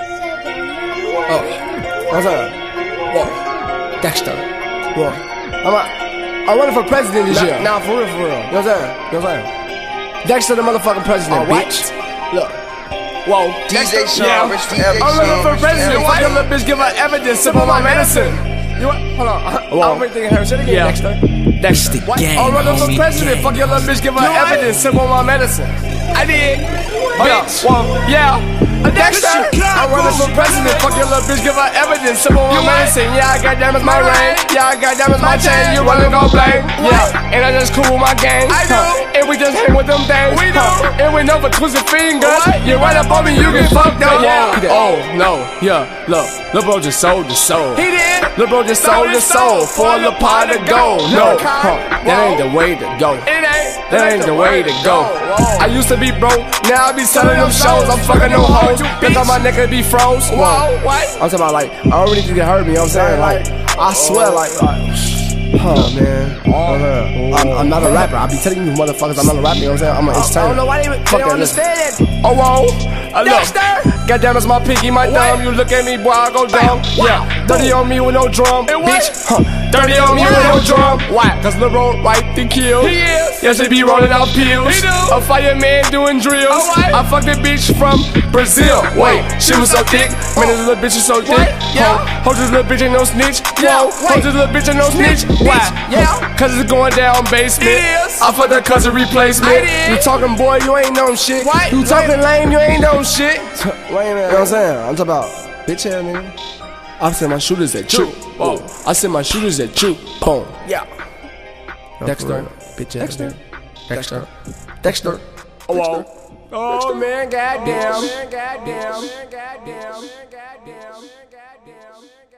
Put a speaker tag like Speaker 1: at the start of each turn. Speaker 1: Oh,
Speaker 2: That's all.
Speaker 1: What?
Speaker 2: Dexter.
Speaker 1: What? I'm a, I running for president this
Speaker 2: Nah,
Speaker 1: year.
Speaker 2: nah, for real, for real.
Speaker 1: You know what I'm saying? You know what I'm saying? Dexter the motherfucking president,
Speaker 2: Oh, what?
Speaker 1: bitch. Look. Whoa.
Speaker 3: DJ
Speaker 1: Dexter-
Speaker 3: Sean, Rich forever.
Speaker 1: I'm running for
Speaker 3: Rich
Speaker 1: president.
Speaker 3: forever.
Speaker 1: Why your little bitch give her evidence? Sip on my medicine. You what? Hold on.
Speaker 2: Whoa.
Speaker 1: I'm thinking her shit again,
Speaker 2: Yeah.
Speaker 1: Dexter.
Speaker 2: Dexter.
Speaker 1: What?
Speaker 2: Gang,
Speaker 1: I'm running for
Speaker 2: homie,
Speaker 1: president.
Speaker 2: gang.
Speaker 1: Fuck your little bitch give her
Speaker 2: what?
Speaker 1: evidence. Sip on my medicine.
Speaker 2: I did.
Speaker 1: Hold up.
Speaker 2: Bitch.
Speaker 1: Whoa. Yeah. Dexter, I'm running for president. Fuck your little bitch, give her evidence. Sip on my
Speaker 2: You
Speaker 1: medicine. Yeah, I got damn it's my
Speaker 2: My
Speaker 1: ring.
Speaker 2: ring.
Speaker 1: Yeah, I got damn it's my
Speaker 2: My
Speaker 1: chain.
Speaker 2: chain.
Speaker 1: You wanna go blame?
Speaker 2: What?
Speaker 1: Yeah, and I just cool with my gang.
Speaker 2: I do.
Speaker 1: Huh. And we just hang with them things.
Speaker 2: We do.
Speaker 1: Huh. And we never twisted fingers.
Speaker 2: What?
Speaker 1: You right up on me, you get fucked up.
Speaker 2: Yeah.
Speaker 1: Yeah. Oh no. Yeah. Look, Lil bro just sold his soul.
Speaker 2: He did.
Speaker 1: Lil bro just sold his soul for the pot of gold. No,
Speaker 2: Lil' Kai.
Speaker 1: huh. that ain't the way to go.
Speaker 2: It ain't.
Speaker 1: That ain't the way to go. I used to be broke, now I be selling them shows. I'm fucking them hoes. Look how my nigga be froze.
Speaker 2: Whoa, what?
Speaker 1: I'm talking about like, I don't really think they hurt me, you know what I'm saying? Like, I swear, like, like huh, man.
Speaker 2: Oh.
Speaker 1: I'm, I'm not a rapper. I be telling you motherfuckers I'm not a rapper, you know what I'm saying? I'm an
Speaker 2: Oh,
Speaker 1: entertainer. Fuck that, listen.
Speaker 2: it.
Speaker 1: Oh, whoa. I look.
Speaker 2: Dexter!
Speaker 1: Goddamn, it's my pinky, my
Speaker 2: What?
Speaker 1: thumb. You look at me, boy, I go dumb.
Speaker 2: wow.
Speaker 1: Yeah. Dirty on me with no drum.
Speaker 2: And what?
Speaker 1: Bitch. Huh. Dirty on me with no drum. Why? Cause LeBron right to kill.
Speaker 2: He is.
Speaker 1: Yes, they be rolling out pills.
Speaker 2: He do. Oh,
Speaker 1: A fireman doing drills.
Speaker 2: Alright.
Speaker 1: I fucked a bitch from Brazil. Wait, she was so thick. Man, this little bitch is so thick.
Speaker 2: Oh. Yeah.
Speaker 1: Hold this little bitch ain't no snitch.
Speaker 2: Yeah,
Speaker 1: Whoa. Hold
Speaker 2: wait.
Speaker 1: this little bitch ain't no snitch.
Speaker 2: Snitch,
Speaker 1: Why?
Speaker 2: bitch. Yeah.
Speaker 1: Huh. Cause it's going down basement.
Speaker 2: It is.
Speaker 1: I fucked her cousin replacement.
Speaker 2: I did.
Speaker 1: You talking boy, you ain't know shit.
Speaker 2: What?
Speaker 1: You talking lame, you ain't know shit.
Speaker 2: Wait a
Speaker 1: You
Speaker 2: minute.
Speaker 1: know what I'm saying? I'm talking about bitch ass nigga. I send my shooters at you.
Speaker 2: Whoa.
Speaker 1: I send my shooters at you. Boom.
Speaker 2: Yeah.
Speaker 1: Dexter.
Speaker 2: Oh, Bitch ass
Speaker 1: Dexter. Dexter.
Speaker 2: Dexter.
Speaker 1: Oh, whoa. Oh man, goddamn. Man, goddamn. Man, goddamn. Man, goddamn. Man, goddamn.